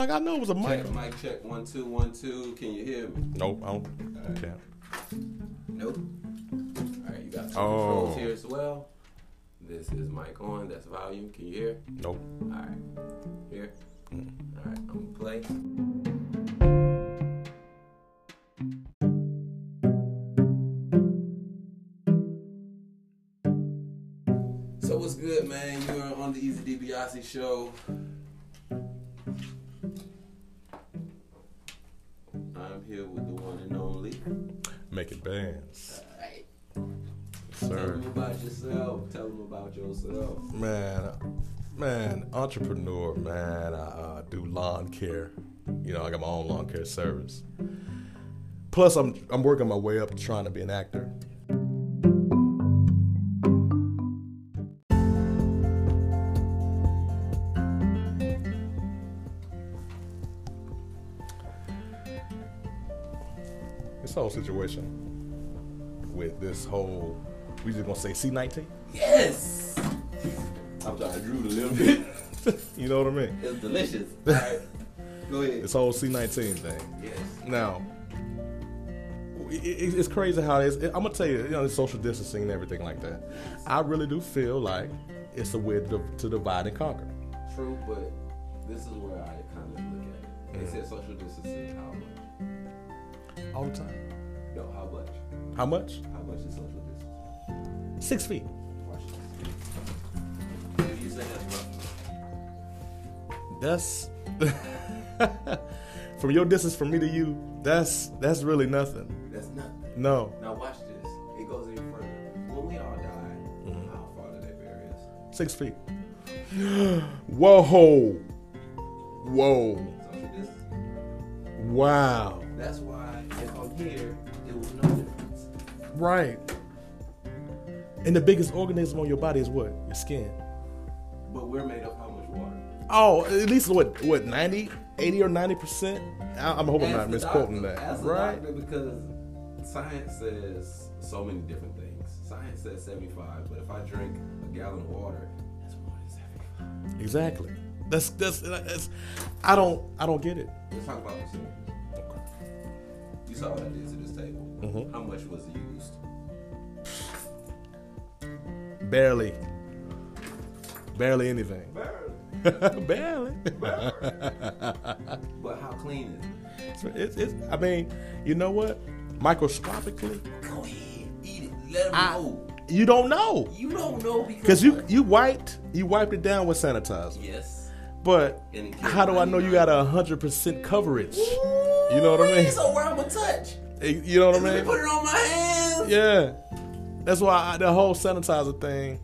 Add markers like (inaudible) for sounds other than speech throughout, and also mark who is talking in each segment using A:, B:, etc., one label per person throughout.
A: I know it was a mic.
B: Check, mic check. One, two, one, two. Can you hear me?
A: Nope, I don't.
B: All right.
A: Can't.
B: Nope. All right, you got two
A: Oh.
B: controls here as well. This is mic on. That's volume. Can you hear?
A: Nope.
B: All right. Here. All right, I'm gonna play. So what's good, man? You are on the Easy DiBiase show. I'm here with the one and only.
A: Making bands.
B: Alright. Tell
A: Sir.
B: them about yourself. Tell them about yourself.
A: Man, man, entrepreneur, man. I uh, do lawn care. You know, I got my own lawn care service. Plus, I'm I'm working my way up to trying to be an actor. This whole situation with this whole, we just gonna say C19.
B: Yes. I'm sorry, I drooled a little bit.
A: You know what I mean?
B: It's delicious. All right. Go ahead.
A: This whole C19 thing.
B: Yes.
A: Now, it, it- it's crazy how it is. I'm gonna tell you, you know, the social distancing and everything like that. I really do feel like it's a way to, to divide and conquer.
B: True, but this is where I kind of look at it. They said social distancing. How much?
A: All the time.
B: No, how much?
A: How much?
B: How much is social distancing?
A: Six feet.
B: Watch this. If you say that's rough.
A: That's (laughs) from your distance from me to you. That's that's really nothing.
B: That's nothing.
A: No.
B: Now watch this. It goes even further. When we all die, how far do they bury us?
A: Six feet. (gasps) Whoa. Whoa.
B: Social distancing.
A: Wow.
B: That's why if I'm here, it was no difference.
A: Right. And the biggest organism on your body is what? Your skin.
B: But we're made of how much water?
A: Oh, at least what what 90, 80 or 90%? I, I'm hoping I'm
B: As
A: not
B: the
A: misquoting
B: doctor-
A: that.
B: as a
A: Right?
B: doctor, because science says so many different things. Science says 75, but if I drink a gallon of water, that's more than 75.
A: Exactly. That's, that's that's I don't I don't get it.
B: Let's talk about percentages. You saw what I did to this table.
A: Mm-hmm.
B: How much was used?
A: Barely. Barely anything. (laughs)
B: Barely.
A: Barely.
B: But how clean is it?
A: It's, it's, it's, I mean, you know what? Microscopically,
B: Go ahead, eat it. Let 'em know.
A: you don't know.
B: You don't know
A: Cause you you wiped you wiped it down with sanitizer.
B: Yes.
A: But
B: And it
A: how do I know you got a hundred percent coverage? You know what I mean? (laughs)
B: So where I'm gonna touch?
A: Eh, You know what I
B: Let me
A: mean?
B: put it on my hands.
A: Yeah, that's why I, the whole sanitizer thing.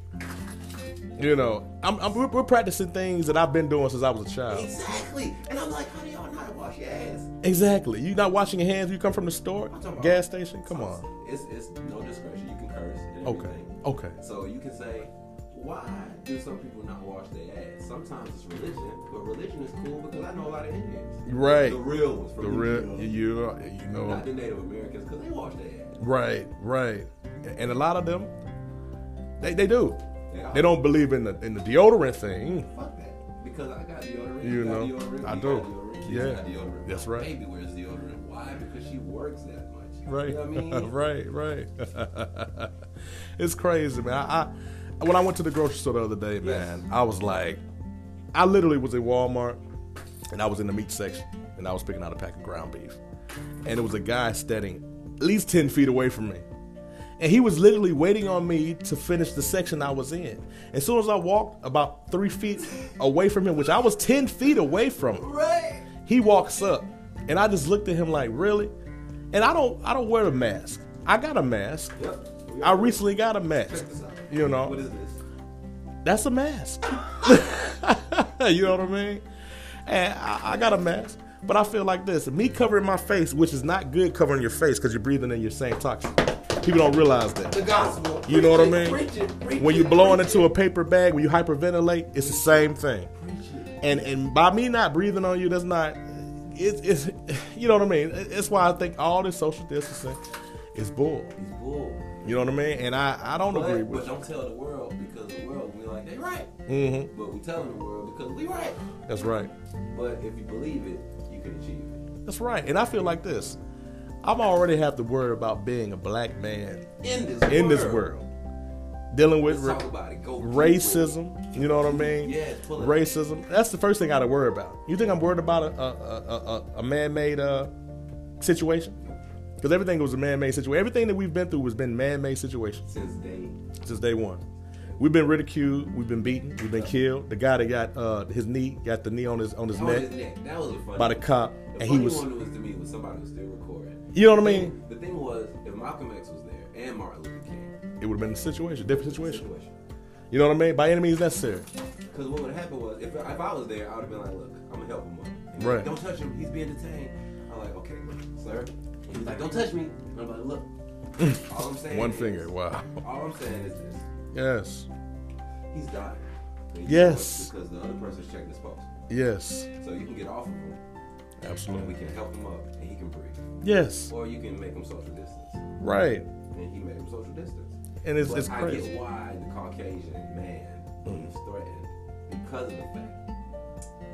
A: You know, I'm, I'm we're, we're practicing things that I've been doing since I was a child.
B: Exactly. And I'm like, how do y'all not wash your ass?
A: Exactly. You not washing your hands? when You come from the store,
B: I'm talking about-
A: gas station. Come on.
B: It's it's no discretion. You can curse. And
A: Okay. Oh.
B: everything.
A: Okay.
B: So you can say, why do some people not wash their ass? Sometimes it's religion, but religion is cool because I know a lot of Indians.
A: Right.
B: The real ones from
A: The real, you you know.
B: Not the Native Americans because they wash their ass.
A: Right. Right. And a lot of them, they they do.
B: They
A: They don't believe in the in the deodorant thing.
B: Fuck that. Because I got deodorant.
A: You
B: got
A: know,
B: deodorant,
A: I
B: you
A: do.
B: Got deodorant, you
A: Yeah.
B: Got deodorant.
A: That's
B: My
A: right.
B: Baby wears deodorant. Why? Because she works that much.
A: Right.
B: You know what I
A: (laughs)
B: mean?
A: right, right. (laughs) it's crazy, man. I, I when I went to the grocery store the other day, man, I was like, I literally was in Walmart and I was in the meat section and I was picking out a pack of ground beef. And it was a guy standing at least 10 feet away from me. And he was literally waiting on me to finish the section I was in. As soon as I walked about three feet away from him, which I was 10 feet away from him,
B: Right.
A: he walks up, and I just looked at him like, really? And I don't, I don't wear a mask. I got a mask.
B: Yep.
A: I recently got a mask.
B: Check this out.
A: You
B: What
A: know,
B: is this?
A: that's a mask. (laughs) you know what I mean? And I, I got a mask, but I feel like this: me covering my face, which is not good covering your face because you're breathing in your same toxin. People don't realize
B: The
A: that.
B: gospel.
A: You know what I
B: Preach
A: mean?
B: it, Preach it, preach
A: When you
B: it,
A: blowing
B: preach
A: into a paper bag, when you hyperventilate, it's the same thing. and and by me not breathing on you, that's not. It's it's (laughs) you know what I mean. It's why I think all this social distancing is bull.
B: It's bull.
A: You know what I mean? And I, I don't
B: But,
A: agree
B: but
A: with
B: don't tell the world because the world we like they right.
A: you. hmm
B: But we telling the world because we right.
A: That's right.
B: But if you believe it, you can achieve it.
A: That's right. And I feel like this. I'm already have to worry about being a black man
B: In this
A: in
B: world.
A: this world, dealing with
B: Let's
A: ra-
B: talk about it. Go deep with it.
A: racism. You know what I mean?
B: Yeah, it's full of-
A: racism. That's the first thing I got to worry about. You think I'm worried about a a, a, a, a man-made uh, situation? Because everything was a man-made situation. Everything that we've been through has been man-made situations
B: Since day
A: since day one. We've been ridiculed. We've been beaten. We've been killed. The guy that got uh, his knee got the knee on his on his
B: that was
A: neck
B: his neck. That was a funny
A: by the cop,
B: Oh, The
A: and
B: funny
A: he was.
B: one was to me was somebody was still recording.
A: You know what I mean?
B: The thing was, if Malcolm X was there and Martin Luther King,
A: It would have been a situation, different situation.
B: situation.
A: You know what I mean? By any means necessary.
B: Because what would happen was, if, if I was there, I would have been like, look, I'm going to help him up. And he's
A: Right.
B: like, don't touch him. He's being detained. I'm like, okay, sir. He was like, don't touch me. And I'm
A: (laughs)
B: like, look. All I'm saying
A: One
B: is-
A: finger. Wow. (laughs)
B: All I'm saying is this.
A: Yes.
B: He's dying. And you know
A: Yes.
B: it's Because the other person's checking his pulse.
A: Yes.
B: So you can get off of him, and we
A: Absolutely.
B: can help him up, and he can breathe.
A: Yes.
B: Or you can make him social distance.
A: Right.
B: And he made him social distance.
A: And it's
B: But
A: it's
B: I
A: crazy.
B: get why the Caucasian man was threatened because of the fact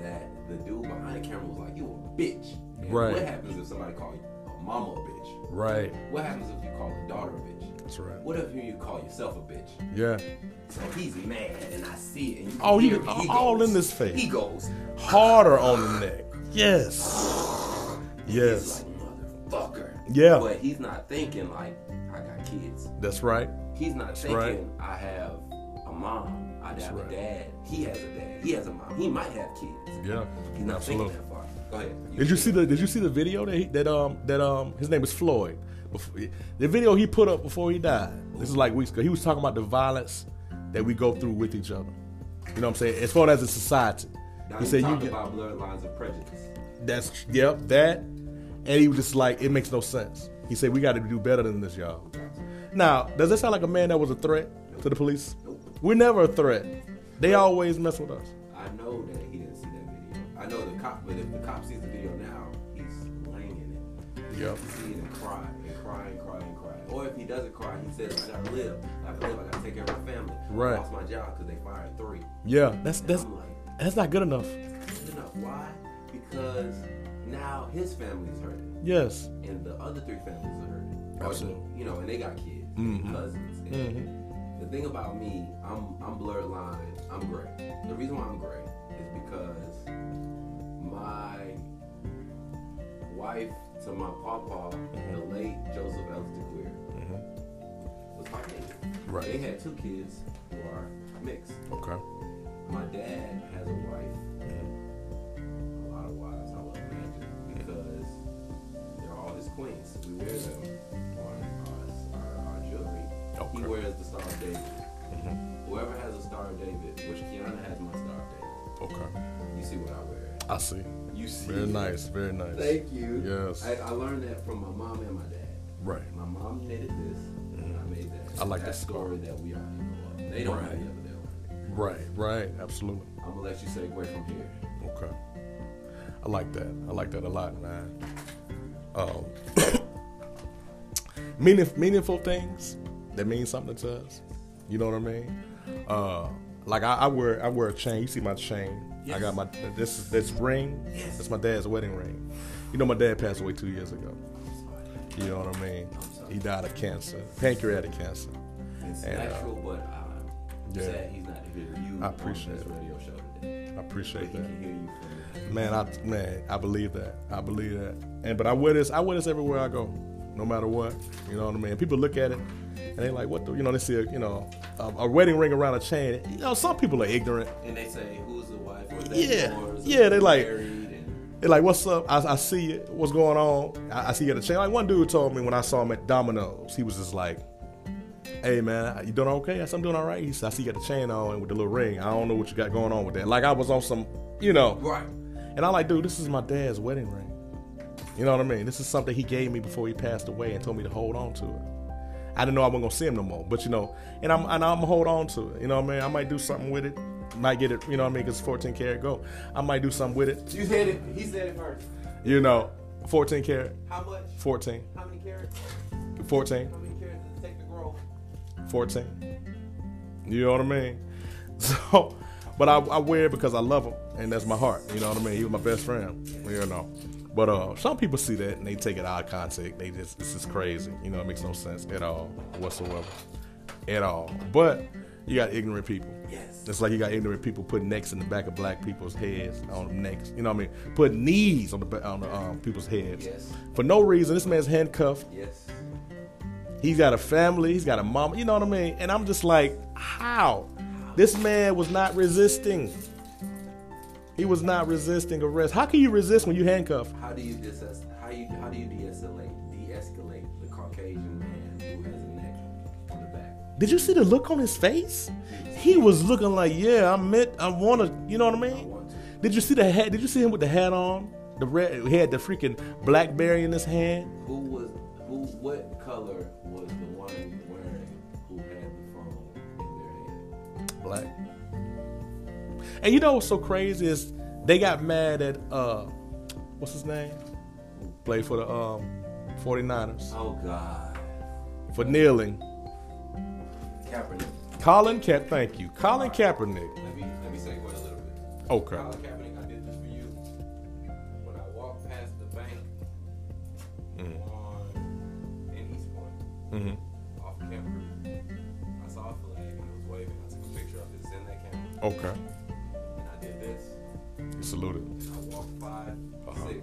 B: that the dude behind the camera was like, "You a bitch." And
A: Right.
B: What happens if somebody call you a mama a bitch?
A: Right.
B: What happens if you call a daughter a bitch?
A: That's right.
B: What if you call yourself a bitch?
A: Yeah.
B: So he's mad, and I see it. And you
A: Oh,
B: can
A: you-
B: hear it. he
A: all
B: goes,
A: in this face.
B: He goes.
A: Harder on the neck. Yes.
B: He's
A: Yes.
B: like motherfucker.
A: Yeah.
B: But he's not thinking like I got kids.
A: That's right.
B: He's not thinking
A: right.
B: I have a mom, I have
A: right.
B: a dad, he has a dad, he has a mom, he might have kids.
A: Yeah.
B: He's not
A: Absolutely.
B: thinking that far. Go ahead.
A: Did you see the Did you see the video that he, that um that um his name is Floyd. Bef- The video he put up before he died. This is like weeks ago. He was talking about the violence that we go through with each other. You know what I'm saying? As far as a society,
B: Now,
A: he
B: you
A: said you
B: talked
A: get,
B: about blurred lines of prejudice.
A: That's yep, that. And he was just like, it makes no sense. He said, we got to do better than this, y'all. Now, does that sound like a man that was a threat to the police?
B: Nope.
A: We're never a threat. They always mess with us.
B: I know that he didn't see that video. I know the cop, but if the cop sees the video now, he's laying in it. He
A: Yep.
B: can see it and cry and cry and cry and cry. Or if he doesn't cry, he says, I gotta live. I gotta live. I gotta take care of my family.
A: Right.
B: I lost my job because they fired three.
A: Yeah, that's that's
B: I'm like,
A: that's not good enough.
B: good enough. Why? Because now his family's hurting.
A: Yes,
B: and the other three families are hurting. Or,
A: Absolutely. Mm-hmm.
B: You know, and they got kids, and cousins. And The thing about me, I'm I'm blurred line. I'm gray. The reason why I'm gray is because my wife to my papa,
A: Mm-hmm.
B: the late Joseph Ellis DeQueer, was Caucasian.
A: Mm-hmm. Right.
B: They had two kids who are mixed.
A: okay,
B: My dad has a wife a lot of wives, I would imagine, because they're all his queens. We wear them on our, our, our jewelry. He
A: Okay. Mm-hmm.
B: wears the Star of David. Whoever has a Star of David, which Kiana has my Star of David,
A: okay.
B: you see what I wear.
A: I see.
B: You see.
A: Very
B: it.
A: nice, very nice.
B: Thank you.
A: Yes.
B: I, I learned that from my mom and my dad.
A: Right.
B: My mom knitted this, and I made that.
A: Mm-hmm. I like
B: that
A: this.
B: story that we already know of. They don't
A: Right.
B: have it over there.
A: Right, right, absolutely.
B: I'm gonna let you segue from here.
A: Okay. I like that. I like that a lot, man. Um, (coughs) meaning, meaningful things that mean something to us. You know what I mean? Uh, like I, I wear I wear a chain. You see my chain? I got
B: Yes.
A: my this is this ring.
B: Yes.
A: That's my dad's wedding ring. You know my dad passed away two years ago.
B: I'm sorry.
A: You know what I mean?
B: sorry.
A: He died of cancer, pancreatic cancer.
B: It's
A: And, uh,
B: natural, but I'm
A: yeah.
B: sad he's not here. You
A: I appreciate
B: on this
A: it.
B: radio show today.
A: I appreciate
B: But he
A: that.
B: can hear you from the-
A: Man, I man, I believe that. I believe that. And but I wear this. I wear this everywhere I go, no matter what. You know what I mean. People look at it and they like, what the? You know, they see a you know a, a wedding ring around a chain. You know, some people are ignorant.
B: And they say, "Who's the wife?" Or is that
A: Yeah.
B: yours? Or
A: Yeah,
B: is
A: they
B: it
A: like-
B: married? And
A: They're like, what's up? I, I see it. What's going on? I, I see you at a chain. Like one dude told me when I saw him at Domino's, he was just like, hey man, you doing okay? I said, I'm doing all right. He said, I see you got the chain on with the little ring. I don't know what you got going on with that. Like I was on some, you know.
B: right.
A: And I'm like, dude, this is my dad's wedding ring. You know what I mean? This is something he gave me before he passed away and told me to hold on to it. I didn't know I wasn't gonna see him no more, but you know, and I'm and I'm gonna hold on to it. You know what I mean? I might do something with it. Might get it. You know what I mean? Cause 14 karat gold. I might do something with it.
B: You said it. He said it first.
A: You know, 14 karat,
B: How much?
A: 14,
B: How many carats?
A: 14.
B: How many carats does it take to grow?
A: 14. You know what I mean? (laughs) So, but I, I wear it because I love him and that's my heart. You know what I mean? He was my best friend. You know. But uh, some people see that and they take it out of context. They just this is crazy. You know, it makes no sense at all whatsoever, at all. But you got ignorant people.
B: Yes.
A: It's like you got ignorant people putting necks in the back of black people's heads on them necks. You know what I mean? Put knees on the ba- on the, um, people's heads
B: Yes.
A: for no reason. This man's handcuffed.
B: Yes.
A: He's got a family. He's got a mama. You know what I mean? And I'm just like, how? This man was not resisting. He was not resisting arrest. How can you resist when you handcuffed?
B: How do you dis- how you how do you de-escalate de-escalate the Caucasian man who has a neck on the back?
A: Did you see the look on his face? He was looking like, yeah, I meant, I want to. You know what I
B: I
A: mean?
B: want to.
A: Did you see the hat? Did you see him with the hat on? The red. He had the freaking blackberry in his hand.
B: Who was who? What color was the one wearing who had the phone in their hand?
A: black. And you know what's so crazy is they got mad at uh what's his name? Played for the um 49ers
B: Oh God,
A: for kneeling.
B: Kaepernick.
A: Colin Kaepernick, thank you. Colin Kaepernick.
B: Let me let me segue a little bit.
A: Okay.
B: Colin Kaepernick, I did this for you. When I walked past the bank on in East Point,
A: Mm-hmm.
B: off campus, I saw a flag and it was waving. I took a picture of it, sent that camera,
A: Okay.
B: and I did this.
A: He saluted.
B: And I walked 5
A: Uh-huh.
B: six,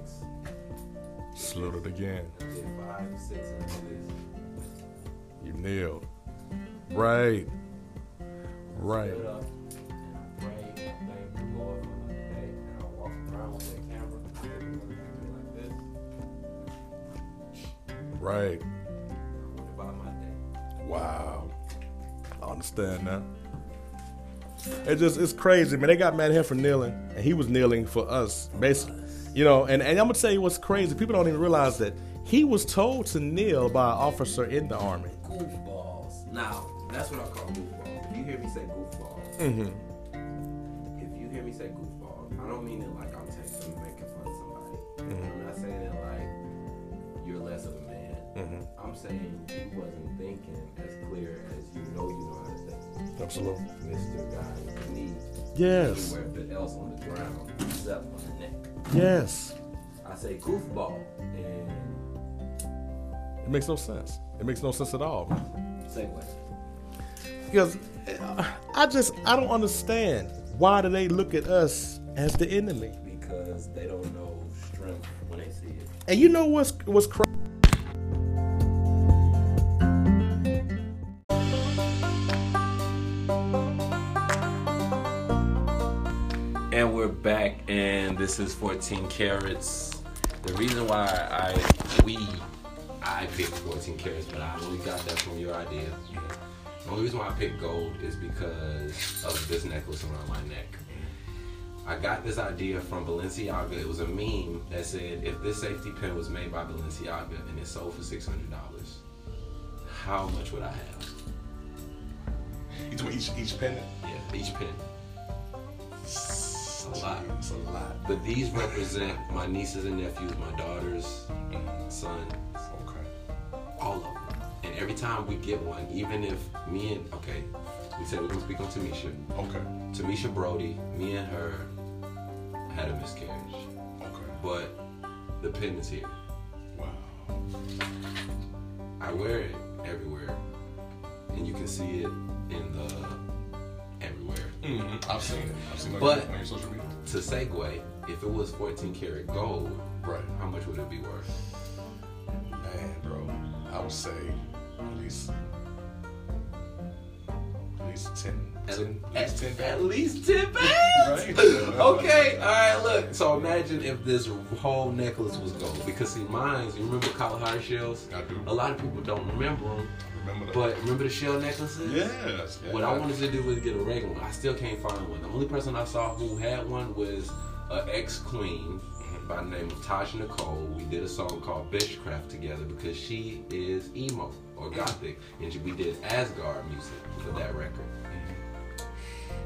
A: Saluted again.
B: and I did five, six, and I did this.
A: You kneeled. Right. Right.
B: Stood up, and I prayed, and I thanked the Lord for another day, and I walked around with that camera, and I took another picture like this,
A: Right.
B: and I went about my day.
A: Wow. I understand that. It just it's crazy, man. They got mad at him for kneeling, and he was kneeling for us, basically. You know, and, and I'm gonna tell you what's crazy. People don't even realize that he was told to kneel by an officer in the army.
B: Goofballs. Now, that's what I call goofballs. If you hear me say goofballs, if you hear me say goofballs, I don't mean it like I'm texting and making fun of somebody. I'm not saying it like you're less of a man. I'm saying you wasn't thinking as clear as you know you know how to think.
A: Absolutely.
B: Mr. Guy with the knee.
A: Yes.
B: Everywhere else on the ground except on the neck.
A: Yes.
B: I say goofball and
A: It makes no sense. It makes no sense at all. man.
B: segue.
A: Because uh, I just I don't understand why do they look at us as the enemy?
B: Because they don't know strength when they see it.
A: And you know what's what's crazy?
B: And we're back, and this is 14 carats. The reason why I we I picked 14 carats, but I only got that from your idea. The only reason why I picked gold is because of this necklace around my neck. I got this idea from Balenciaga. It was a meme that said, "If this safety pin was made by Balenciaga and it sold for six hundred dollars, how much would I have?"
A: Each each, each pendant.
B: Yeah, each pin. A lot.
A: It's a lot.
B: But these represent my nieces and nephews, my daughters, son,
A: Okay.
B: all of them. And every time we get one, even if me and okay, we said we can speak on Tamisha.
A: Okay.
B: Tamisha Brody, me and her had a miscarriage,
A: Okay.
B: but the pin is here.
A: Wow.
B: I wear it everywhere, and you can see it in the everywhere.
A: I've seen it. I've seen it
B: But-
A: on your social media.
B: To segue, if it was 14 karat gold,
A: Right.
B: how much would it be worth?
A: Man, bro. I would say at least at least ten.
B: At,
A: ten at
B: at-
A: least ten
B: at
A: bands.
B: least 10 bands?
A: Right.
B: okay, alright, look. So imagine if this whole necklace was gold. Because, see, mines, you remember Kalahari shells?
A: I do.
B: A lot of people don't remember them,
A: Remember that.
B: but remember the shell necklaces?
A: yes. yeah.
B: What I wanted to do was get a regular one. I still can't find one. The only person I saw who had one was an ex queen by the name of Tasha Nicole. We did a song called Bitchcraft together because she is emo or gothic, and she- we did Asgard music for that record.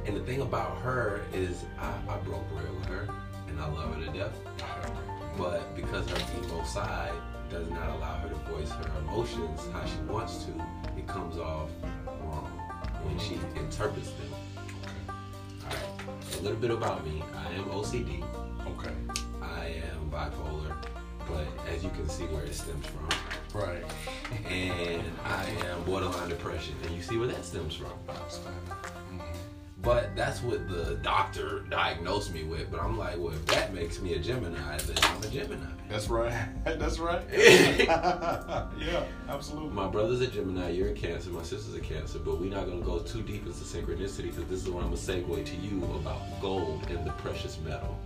B: And the thing about her is, I, I broke real with her, and I love her to death. But because her emo side does not allow her to voice her emotions how she wants to, it comes off wrong. when she interprets them. All right. A little bit about me. I am OCD.
C: Okay.
B: I am bipolar, but as you can see where it stems from.
C: Right.
B: And I am borderline depression, and you see where that stems from. But that's what the doctor diagnosed me with. But I'm like, well, if that makes me a Gemini, then I'm a Gemini.
C: That's right. (laughs)
B: (laughs)
C: That's right. yeah, absolutely.
B: My brother's a Gemini, you're a Cancer, my sister's a Cancer, but we're not gonna go too deep into synchronicity because this is where I'm gonna segue to you about gold and the precious metal.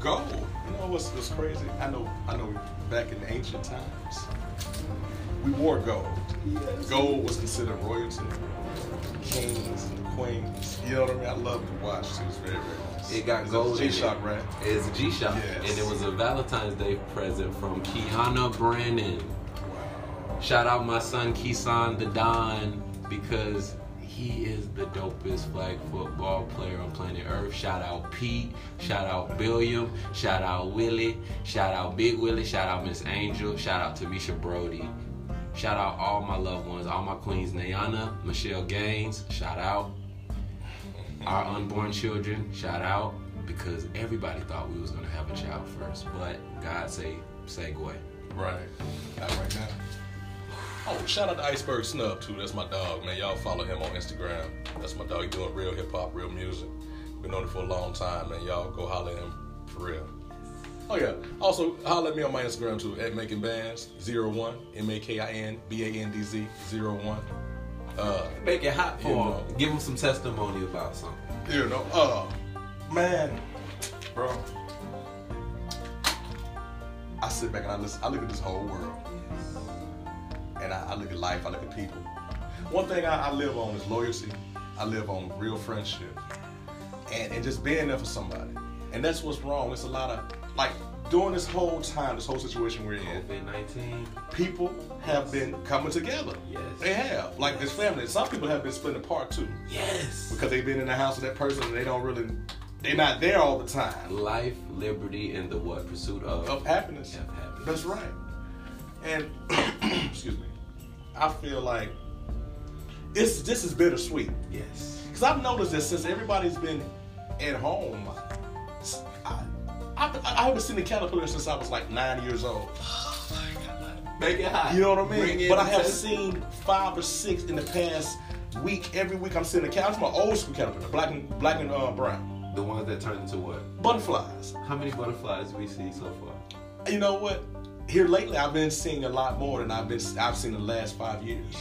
C: Gold. You know what's, what's crazy? I know. I know. Back in ancient times, we wore gold. Gold was considered royalty. Kings and queens. You know what I mean? I love to watch. It was very, very nice.
B: It got
C: It's a
B: gold. in it.
C: G-Shock, right?
B: It's a G-Shock,
C: Yes.
B: and it was a Valentine's Day present from Kiana Brandon.
C: Wow.
B: Shout out my son Keeson the Don because he is the dopest flag football player on planet Earth. Shout out Pete. Shout out William. Shout out Willie. Shout out Big Willie. Shout out Miss Angel. Shout out Tamisha Brody. Shout out all my loved ones, all my queens, Nayana, Michelle Gaines. Shout out our unborn children. Shout out because everybody thought we was gonna have a child first, but God say segue.
C: Right. Not right now. Oh, shout out to Iceberg Snub too. That's my dog, man. Y'all follow him on Instagram. That's my dog. He doing real hip hop, real music. Been on it for a long time, man. Y'all go holler at him for real. Oh yeah. Also, holler at me on my Instagram too at Making Bands 01 M A K I N B A N D Z 01. Uh,
B: Make it hot for
C: You
B: him.
C: know.
B: Give him some testimony about something.
C: you know, uh, man, bro. I sit back and I listen. I look at this whole world. and I, I look at life, I look at people. One thing I, I live on is loyalty. I live on real friendship, and and just being there for somebody. And that's what's wrong. It's a lot of like during this whole time, this whole situation we're in.
B: COVID 19.
C: People have been coming together.
B: Yes.
C: they have. Like this family. Some people have been splitting apart too
B: Yes.
C: because they've been in the house with that person and they don't really, they're not there all the time.
B: Life, liberty, and the what? Pursuit of.
C: Of happiness.
B: Of happiness.
C: That's right. And (clears throat) excuse me, I feel like it's this is bittersweet
B: Yes.
C: because I've noticed that since everybody's been at home, I, I, I haven't seen a caterpillar since I was like nine years old.
B: Make it hot.
C: You know what I
B: Bring
C: mean?
B: in
C: But I
B: the
C: have
B: test-
C: seen five or six in the past week. Every week I'm seeing a caterpillar. My old school caterpillar, black and black and uh, brown
B: The ones that turn into what?
C: butterflies.
B: How many butterflies we see so far?
C: You know what? Here lately, I've been seeing a lot more than I've been I've seen in the last five years,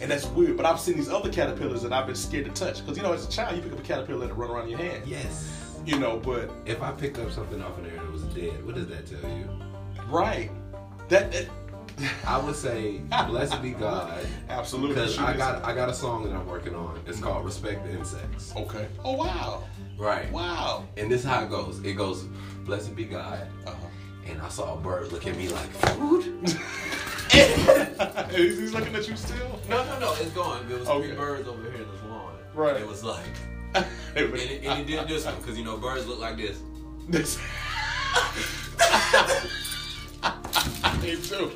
C: and that's weird. But I've seen these other caterpillars that I've been scared to touch because you know, as a child, you pick up a caterpillar and it run around your hand.
B: Yes.
C: You know, but
B: If I picked up something off in there and it was dead, what does that tell you?
C: right, that, that
B: I would (laughs) say, blessed be God.
C: absolutely.
B: Because
C: shoot
B: I
C: is-
B: got I got a song that I'm working on. It's called Respect the Insects.
C: okay. Oh wow,
B: Right.
C: wow.
B: And this is how it goes. It goes, Blessed be God.
C: (laughs) Uh-huh.
B: And I saw a bird look at me like, food?
C: He's he's looking at you still. (laughs)
B: No, no, no, it's gone. There was
C: Okay.
B: three birds over here in this lawn.
C: Right.
B: It was like,
C: Hey,
B: and it, and it did this one because you know birds look like this.
C: This. (laughs) Me too.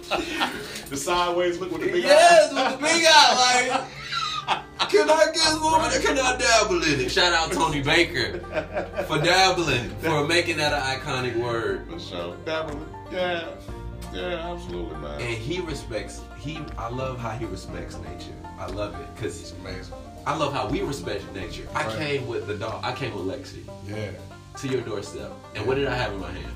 C: the sideways look with the big
B: Yes,
C: eyes.
B: with the big eye, (laughs) like. Can I guess woman or can I dabble in it? Shout out Tony Baker for dabbling, (laughs) for making that an iconic word.
C: For sure. Dabbling. Yeah. Yeah, absolutely, man.
B: And he respects he I love how he respects nature. I love it. Cause
C: amazing.
B: I love how we respect nature. I
C: Right.
B: came with the dog I came with Lexi
C: Yeah.
B: to your doorstep. And what did I have in my hand?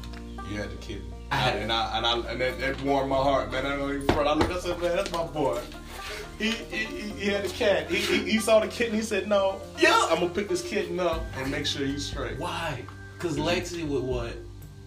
C: You had the kitten.
B: I had-
C: and I and I and that, that warmed my heart, man. I don't even front. I looked up said, man, that's my boy. He, he, he- he had a cat. He, he, he saw the kitten. He said, "No,
B: Yeah.
C: I'm gonna pick this kitten up and make sure he's straight."
B: Why? Cause Lexi would what?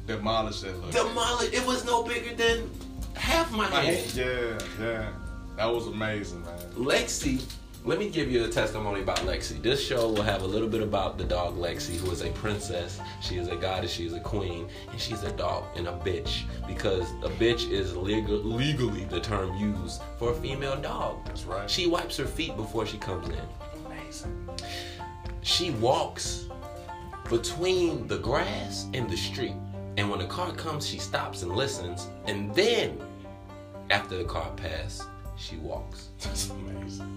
C: Demolish that look.
B: Demolish it was no bigger than half my hand.
C: yeah, yeah, that was amazing, man.
B: Lexi, let me give you a testimony about Lexi. This show will have a little bit about the dog Lexi, who is a princess. She is a goddess. She is a queen, and she's a dog and a bitch because a bitch is legal, legally the term used for a female dog.
C: That's right.
B: She wipes her feet before she comes in.
C: Amazing.
B: She walks between the grass and the street, and when a car comes, she stops and listens, and then after the car passes, she walks.
C: That's amazing.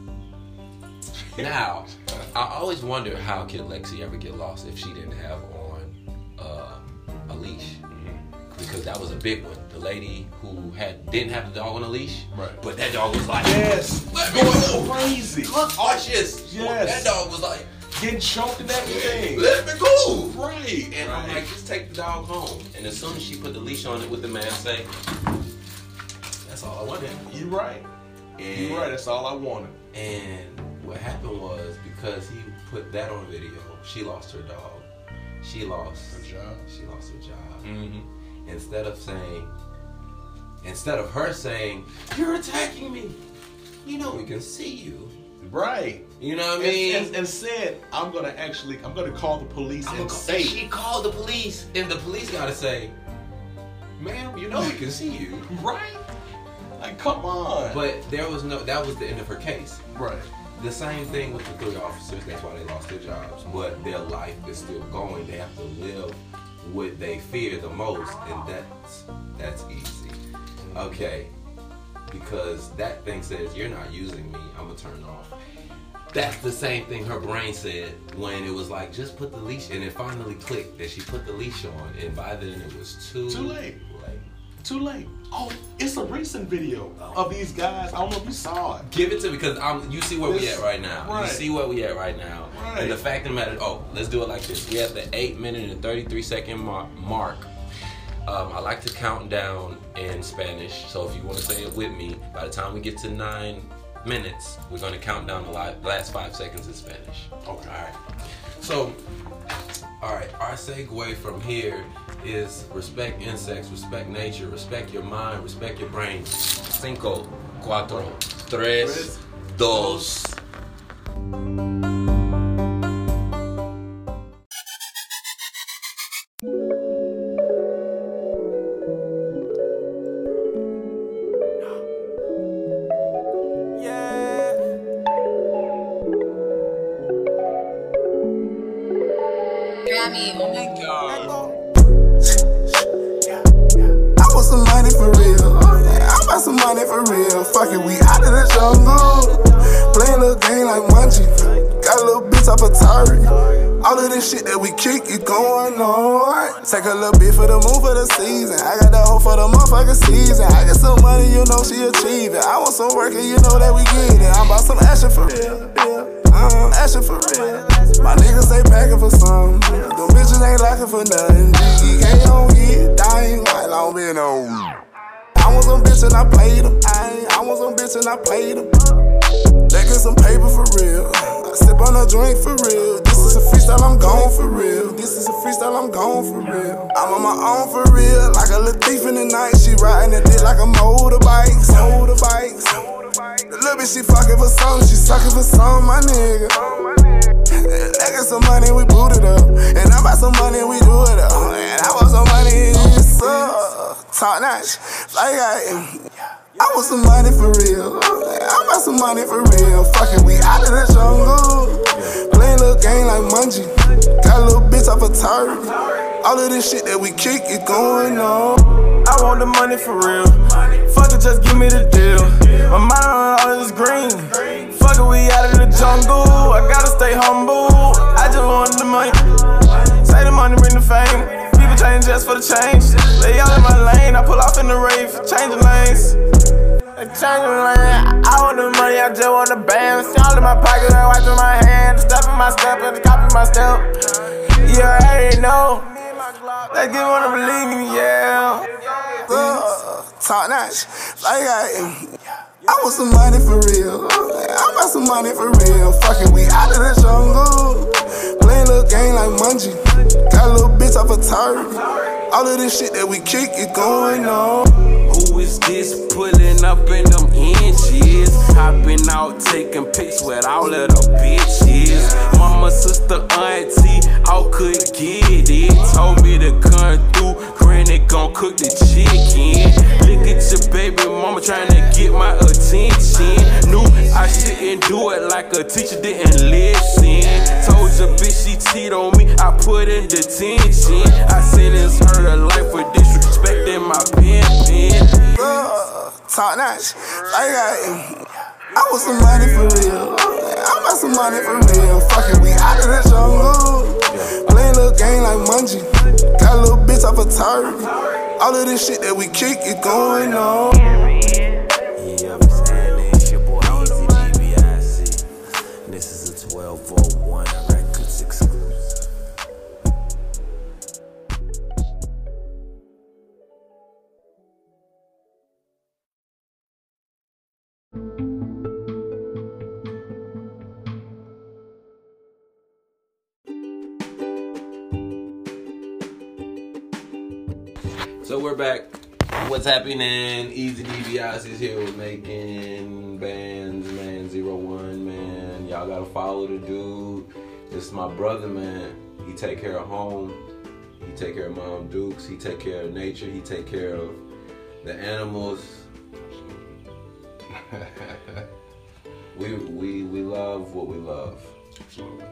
B: Now, I always wonder how could Lexi ever get lost if she didn't have on uh, a leash, because that was a big one. The lady who had didn't have the dog on a leash,
A: Right.
B: but that dog was like,
C: Yes.
B: let me
C: Going
B: go,
C: crazy.
B: cautious.
C: Yes.
B: that dog was like,
C: Getting choked and everything.
B: let me go.
C: Right.
B: And I'm like, just take the dog home. And as soon as she put the leash on it with the man, say, that's all I wanted.
C: you're right.
B: And,
C: You're right. That's all I wanted.
B: and what happened was because he put that on video, she lost her dog. She lost
C: Her job. Mm-hmm.
B: She lost her job. Instead of saying, instead of her saying, "You're attacking me," you know we can see you.
C: Right.
B: You know what I
C: And,
B: mean?
C: and, and said, I'm gonna actually, I'm gonna call the police
B: I'm
C: and
B: gonna call-
C: say,
B: she called the police, and the police gotta say, "Ma'am, you know we can see you."
C: (laughs) right? Like, come on.
B: But there was no. That was the end of her case.
C: right.
B: The same thing with the three officers. That's why they lost their jobs. But their life is still going. They have to live what they fear the most, and that's that's easy. Okay, because that thing says you're not using me. I'm gonna turn off. That's the same thing her brain said when it was like just put the leash, and it finally clicked that she put the leash on, and by then it was too
C: Too late. Too late. Oh, it's a recent video of these guys. I don't know if you saw it.
B: Give it to because I'm. You see where we
C: This-
B: at right now.
C: right.
B: You see where we at right now.
C: Right.
B: And the fact of the matter. Oh, let's do it like this. We have the eight minute and thirty three second mark. mark. Um, I like to count down in Spanish. So if you want to say it with me, by the time we get to nine minutes, we're going to count down the li- last five seconds in Spanish. Okay. All right. So all right, our segue from here is respect insects, respect nature, respect your mind, respect your brain. Cinco, cuatro, tres,
C: Tres,
B: dos.
D: Grammy. Oh my god.
E: I want some money for real. I want some money for real. Fuck it, we out of the jungle. Play a little game like Munchie. Got a little bitch off Atari. All of this shit that we kick it going on. Take a little bit for the moon for the season. I got that hoe for the motherfucking season. I get some money, you know she achieving. I want some work and you know that we get it. I bought some action for real. I'm asking for real. My niggas ain't packing for some. Them bitches ain't lacking for nothing. GK on get dying like long been on. I want some bitch and I played them. I, I want some bitch and I played them. They get some paper for real. I sip on a drink for real. This is a freestyle, I'm gone for real. This is a freestyle, I'm gone for real. I'm on my own for real, like a little thief in the night. She riding it dick like a motorbike, motorbike. The little bitch, she fucking for something, she sucking for some, my nigga. I got some money, we boot it up. And I bought some money, we do it up. And I want some money, it's up. Top notch. Like I. I want some money for real. I want some money for real. Fucking we out of the jungle. Playing little game like Munchie. Got a little bitch off a turret. All of this shit that we kick it going on.
F: I want the money for real. Fuck it, just give me the deal. My mind on all this green. Fuck it, we out of the jungle. I gotta stay humble. I just want the money. Say the money, bring the fame. People change just for the change. They all in my lane. I pull off in the rave, changing lanes. I change the lane. I want the money, I just want the band. See all in my pocket, I wipe in my hand. Step in my step, and copy my step. You already know. They just wanna believe me, yeah.
E: Uh, top notch. Like I. I want some money for real. I want some money for real. Fucking we out of the jungle. Playing little game like Munchie. Got a little bitch off a turret. All of this shit that we kick it going on.
F: Who is this pulling up in them inches? Hopping out, taking pics with all of the bitches. Mama, sister, auntie, all could get it. Told me to come through, granny gon' cook the chicken. Look at your baby mama trying to get my attention. Knew I shouldn't do it like a teacher didn't listen. Told your bitch she cheat on me, I put in detention. I sentenced her to life for disrespecting my pimpin'.
E: Uh, top top notch. Like I, I want some money for real. I want some money for real. Fuck it, we out of the jungle. Playing little game like Mungie. Got a little bitch off a target. All of this shit that we kick is going on.
F: You understand it? It's your boy Easy DBIC. And this is a 1201 Records exclusive.
B: So we're back. What's happening? Easy DBIs is here with making bands, man. Zero one, man. Y'all gotta follow the dude. This is my brother, man. He take care of home. He take care of mom Dukes. He take care of nature. He take care of the animals. (laughs) we we we love what we love.
C: Absolutely.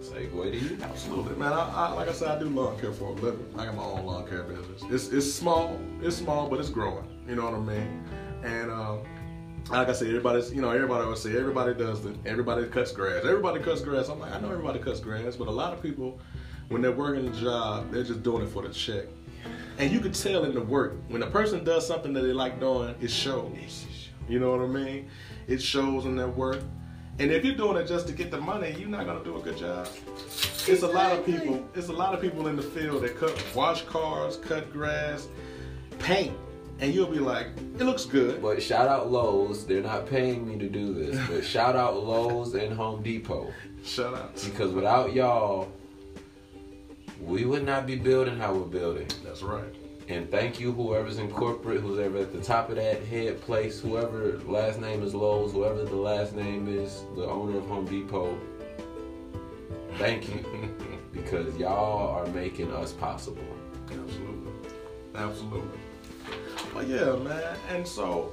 B: Say, what do you?
C: Absolutely, man. I, I, like I said, I do lawn care for a living. I got my own lawn care business. It's, it's small, it's small, but it's growing. You know what I mean? And um, like I said, everybody's you know everybody always say everybody does it. Everybody cuts grass. Everybody cuts grass. I'm like, I know everybody cuts grass, but a lot of people, when they're working a job, they're just doing it for the check. And you could tell in the work when a person does something that they like doing, it shows. You know what I mean? It shows in their work. And if you're doing it just to get the money, you're not gonna do a good job. It's a lot of people. It's a lot of people in the field that cut, wash cars, cut grass, paint, and you'll be like, it looks good.
B: But shout out Lowe's. They're not paying me to do this, but shout out Lowe's and Home Depot
C: Shut up.
B: because without y'all, we would not be building how we're building.
C: That's right.
B: And thank you, whoever's in corporate, who's ever at the top of that head place, whoever last name is Lowe's, whoever the last name is, the owner of Home Depot. Thank you (laughs) because y'all are making us possible.
C: Absolutely. Absolutely. But yeah, man. And so,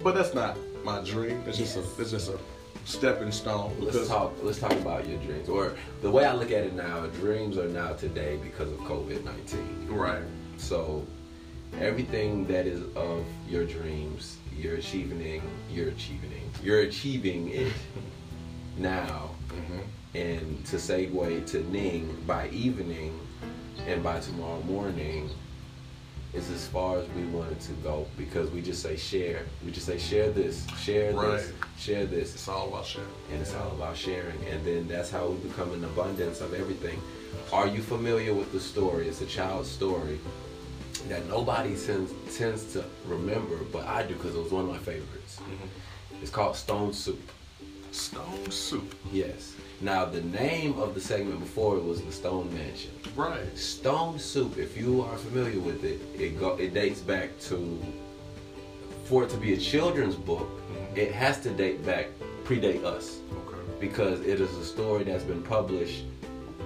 C: but that's not my dream. It's just a, it's just a stepping stone.
B: Let's talk. Let's talk about your dreams, or the way I look at it now. Dreams are now today because of COVID nineteen.
C: Right.
B: So everything that is of your dreams, you're achieving, you're achieving, you're achieving
C: (laughs)
B: it now.
C: Mm-hmm.
B: And to segue to Ning, by evening and by tomorrow morning is as far as we wanted to go because we just say share. We just say share this, share this,
C: Right.
B: share this
C: It's all about sharing.
B: and it's all about sharing. And then that's how we become an abundance of everything. Are you familiar with the story? It's a child's story that nobody tends, tends to remember, but I do because it was one of my favorites. It's called Stone Soup.
C: Stone soup.
B: Yes. Now, the name of the segment before it was the Stone Mansion.
C: Right.
B: Stone Soup, if you are familiar with it, it go, it dates back to for it to be a children's book, it has to date back predate us
C: Mm-hmm. Okay.
B: because it is a story that's been published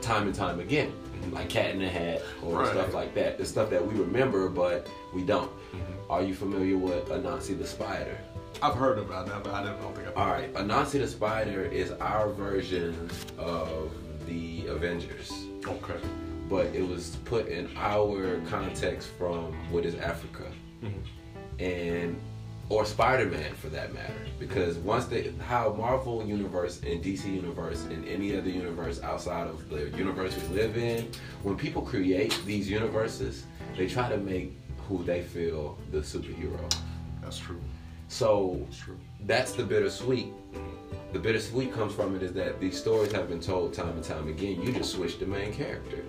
B: time and time again, like Cat in the Hat or
C: Mm-hmm. Right.
B: stuff like that. It's stuff that we remember, but we don't.
C: Mm-hmm.
B: Are you familiar with Anansi the Spider?
C: I've heard about that, but I didn't, I don't think I've
B: All right, Anansi the Spider is our version of the Avengers,
C: Okay.
B: but it was put in our context from what is Africa, and or Spider-Man for that matter, because once they how Marvel universe and DC universe and any other universe outside of the universe we live in, when people create these universes, they try to make who they feel the superhero.
C: That's true.
B: So
C: True.
B: that's the bittersweet. The bittersweet comes from it is that these stories have been told time and time again. You just switch the main character.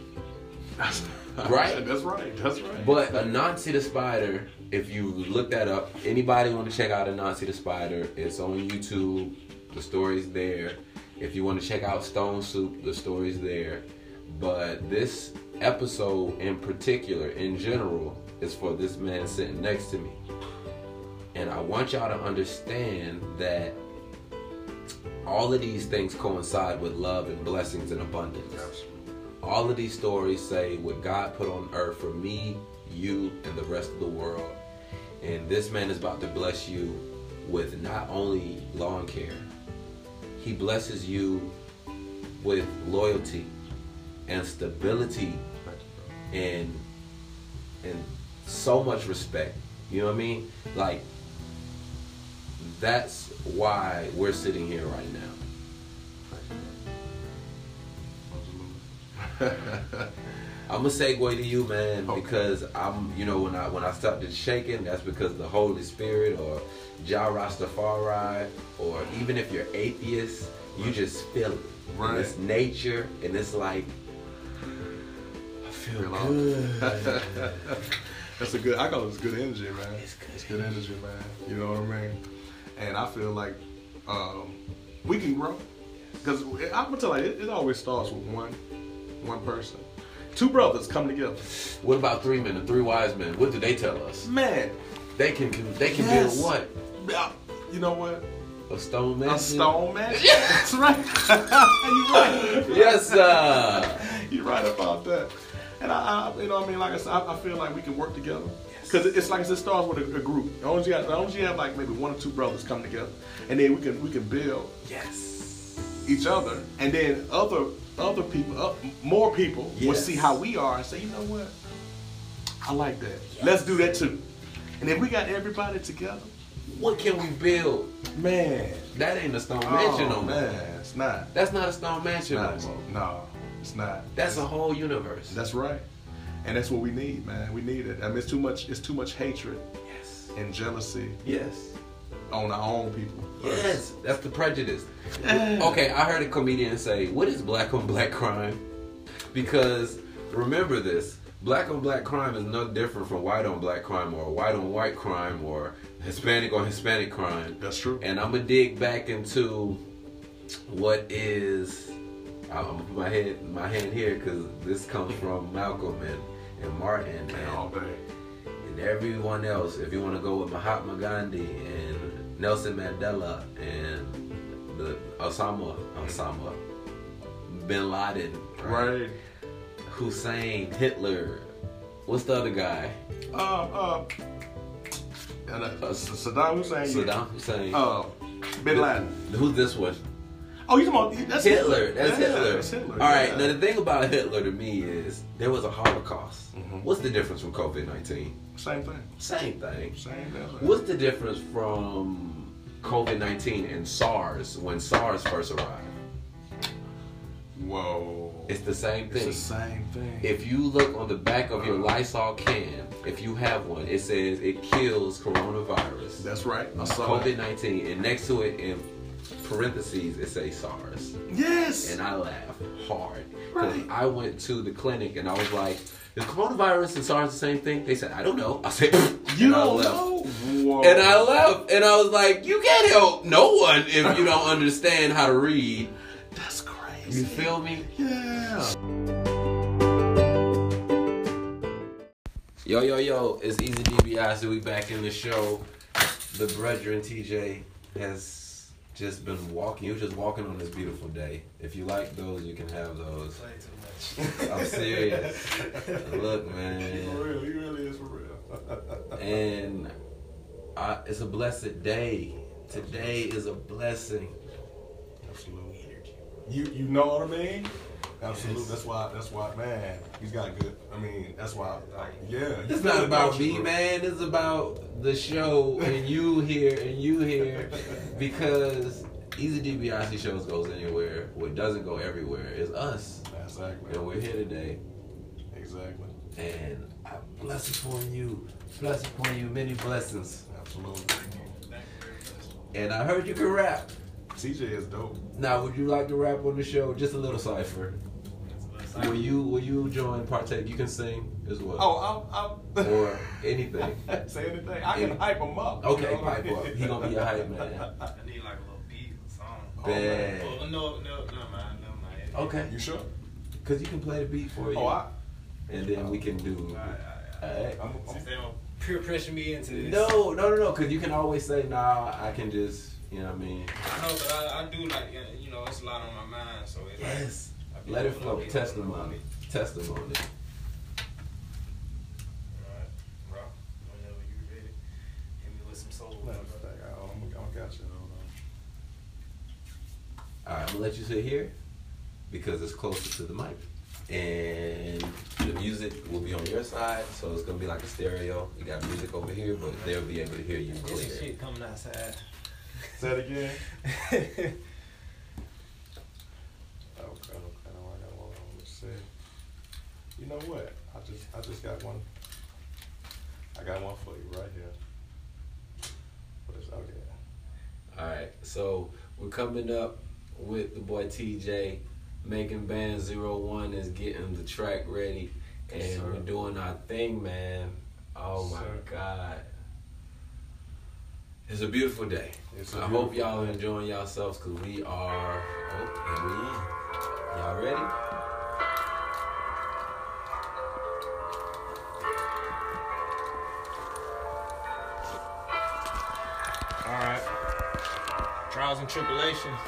C: (laughs) That's
B: Right.
C: That's right. That's right.
B: But Anansi the Spider, if you look that up, anybody want to check out Anansi the Spider, it's on YouTube. The story's there. If you want to check out Stone Soup, the story's there. But this episode in particular, in general, is for this man sitting next to me. And I want y'all to understand that all of these things coincide with love and blessings and abundance. All of these stories say what God put on earth for me, you, and the rest of the world. And this man is about to bless you with not only lawn care, he blesses you with loyalty and stability and and so much respect. You know what I mean? Like, that's why we're sitting here right now. (laughs) I'm gonna segue to you, man, because I'm, you know, when I when I started shaking, that's because the Holy Spirit or Jah Rastafari, or even if you're atheist, you just feel it.
C: Right.
B: And it's nature, and it's like I feel
C: off.
B: good.
C: That's a good. I call it good energy, man. It's good, energy, man. You know what I mean? And I feel like um, we can grow because I'm gonna tell you, it, it always starts with one, one person, two brothers come together.
B: What about three men, the three wise men? What do they tell us?
C: Man,
B: They can they can
C: Yes.
B: build what?
C: yeah, you know what?
B: A stone man.
C: A stone man. (laughs) That's right. (laughs) you right.
B: Yes, sir.
C: (laughs) You're right about that. And I, I you know, what I mean, like I said, I, I feel like we can work together because it's like I said, it starts with a, a group. As long as, you have, as long as you have like maybe one or two brothers come together, and then we can we can build
B: yes.
C: each other, and then other other people, uh, more people will
B: Yes.
C: see how we are and say, you know what, I like that. Let's do that too. And if we got everybody together,
B: What can we build?
C: man,
B: That ain't a stone mansion no
C: oh,
B: more.
C: man, it's not.
B: That's not a stone mansion
C: Not-
B: no more.
C: no, it's not.
B: That's a whole universe.
C: That's right. And that's what we need, man. We need it. I mean, it's too much. It's too much hatred
B: yes.
C: and jealousy
B: Yes.
C: on our own people.
B: Yes. That's the prejudice. okay, I heard a comedian say, "What is black on black crime?" Because remember this: black on black crime is no different from white on black crime, or white on white crime, or Hispanic on Hispanic crime.
C: That's true.
B: And I'm gonna dig back into what is. I'm gonna put my head my hand here because this comes from Malcolm and, and Martin
C: Man, all
B: and,
C: day.
B: and everyone else. If you want to go with Mahatma Gandhi and Nelson Mandela and the Osama Osama Bin Laden,
C: Right.
B: Hussein, Hitler. What's the other guy?
C: Um. Uh, and, uh, Saddam Hussein.
B: Saddam Hussein.
C: Uh, Bin Laden.
B: Who's this one?
C: Oh, you talking about that's
B: Hitler. That's
C: Yeah,
B: Hitler.
C: That's Hitler.
B: All right.
C: yeah.
B: Now the thing about Hitler to me is there was a Holocaust.
C: Mm-hmm.
B: What's the difference from COVID nineteen?
C: Same thing.
B: Same thing.
C: Same thing.
B: What's the difference from COVID nineteen and SARS when SARS first arrived?
C: Whoa.
B: It's the same
C: It's
B: thing.
C: the same Uh-huh. thing.
B: If you look on the back of your Lysol can, if you have one, it says it kills coronavirus,
C: that's right. I saw
B: COVID
C: that.
B: nineteen, and next to it in parentheses it says SARS.
C: Yes.
B: and I laugh hard because I went to the clinic and I was like, "Is coronavirus and SARS the same thing?" They said, "I don't know." I said, (laughs)
C: you
B: and I
C: don't
B: left.
C: know. Whoa.
B: And I left, and I was like, "You can't help no one if you don't understand how to read."
C: That's
B: You
C: crazy.
B: feel me?
C: Yeah.
B: Yo, yo, yo! It's Easy DBI, so we back in the show. The brethren TJ has just been walking. He was just walking on this beautiful day. If you like those, you can have those. I'm serious. Look, man.
C: For real. He really is for real. (laughs)
B: and I, it's a blessed day. Today is a blessing.
C: Absolutely. You you know what I mean? Absolutely. That's why. That's why, man. He's got good. I mean, that's why. Like, yeah.
B: It's not about me, man. It's about the show and you here and you here because Easy DiBiase shows goes anywhere. What doesn't go everywhere is us,
C: Exactly.
B: and we're here today.
C: Exactly.
B: And I bless upon you, bless upon you, many blessings.
C: Absolutely.
B: And I heard you can rap.
C: TJ is dope.
B: Now, would you like to rap on the show? Just a little cipher. Will you will you join partake? You can sing as well.
C: Oh, I'm. I'm
B: or anything.
C: (laughs) say anything. I can hype him up.
B: Okay, pipe up. He gonna be a hype man.
G: I need like a little beat or something.
B: Bad.
G: Oh, no, no, no, man, no, man.
B: Okay,
C: You sure?
B: cause you can play the beat for you,
C: Oh, I.
B: and then we can do. Alright.
C: I'm, I'm,
G: Since they don't peer pressure me into this.
B: No, no, no, no, cause you can always say, nah, I can just, you know what I mean.
G: I know, but I, I do like, you know, it's a lot on my mind, so it's
B: Yes.
G: like. I be
B: Let it
G: doing
B: flow.
G: a little bit.
B: Testimony. Testimony.
G: Alright, bro. Whenever you ready, hit me with some soul.
C: I'm,
G: bro.
C: I'm got you. Hold on.
B: All right, I'm gonna let you sit here because it's closer to the mic. and the music will be on your side, so it's gonna be like a stereo. You got music over here, but they'll be able to hear you
G: This is
B: clear.
G: shit coming outside.
C: Say it (laughs) again.
G: okay,
C: Okay, okay, all right, hold on, let's see. You know what? I just, I just got one. I got one for you right here. What is, oh, okay.
B: All right, so we're coming up with the boy TJ, making band zero one is getting the track ready, and
C: Yes, sir.
B: we're doing our thing, man. Oh my
C: Sir.
B: God. It's a beautiful day.
C: It's
B: I
C: a
B: hope
C: beautiful
B: y'all enjoying yourselves because we are. Oh, and we in. Y'all ready?
G: all right. Trials and tribulations.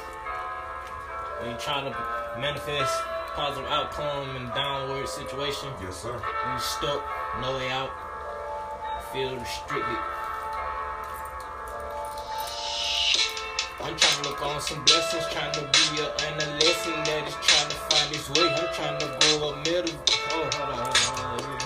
G: When you trying to manifest positive outcome in downward situation,
C: Yes, sir.
G: when you stuck, no way out, feel restricted. I'm trying to look on some blessings, trying to be a analyst that is trying to find his way. I'm trying to grow up middle. Oh, hold on, hold on, hold on.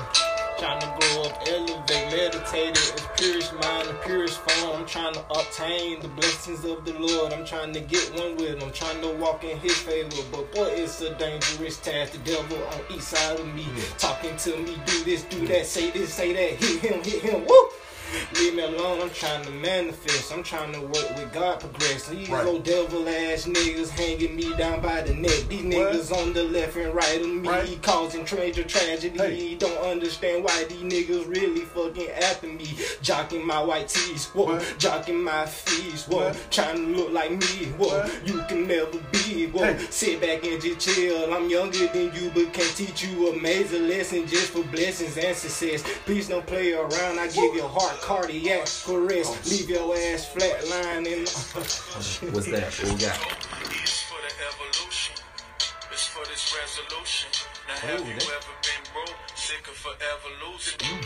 G: Trying to grow up, elevate, meditate it. It's purest mind, the purest form. I'm trying to obtain the blessings of the Lord. I'm trying to get one with him. I'm trying to walk in his favor. But boy, it's a dangerous task. The devil on each side of me, talking to me, do this, do that, say this, say that, hit him, hit him, whoop. Leave me alone, I'm trying to manifest. I'm trying to work with God progress. These
C: Right.
G: little devil ass niggas hanging me down by the neck. These niggas on the left and right of me
C: Right.
G: causing major tragedy.
C: Hey.
G: Don't understand why these niggas really fucking after me. Jocking my white tees, whoa.
C: What?
G: Jocking my fees, whoa.
C: What?
G: Trying to look like me, whoa.
C: What?
G: You can never be, whoa.
C: Hey.
G: Sit back and just chill. I'm younger than you, but can't teach you amazing lesson just for blessings and success. Please don't play around. I give your heart cardiac caress.
C: Oh.
G: Leave your ass flatline and.
B: What's that? What we got?
H: It's for the evolution. It's for this resolution. Now, have you ever been broke, sick of forever losing?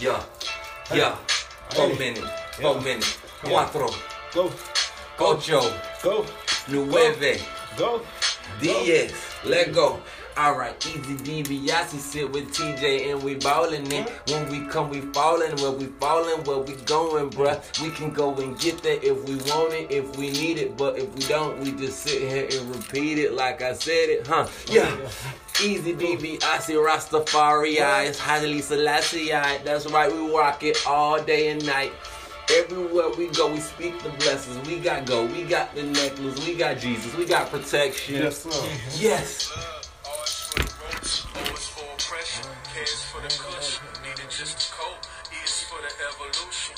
B: Yeah. Yeah. Four minutes. Four minutes. Cuatro.
G: Go,
B: Ocho.
G: go,
B: Nueve.
G: go.
B: Diaz. Let go. Alright, easy DBIC sit with TJ and we ballin' it. When we come, we fallin'. Where we fallin', where we going, bruh. We can go and get that if we want it, if we need it. But if we don't, we just sit here and repeat it like I said it, huh? Yeah. Easy DB, I see Rastafari, it's highly Selassie, that's right, we rock it all day and night. Everywhere we go, we speak the blessings. We got go, we got the necklace, we got Jesus, we got protection.
C: Yes, sir.
B: Yes.
H: Love, all is for the ropes, O is for oppression, K is for the cushion, need it just to cope, E is for the evolution,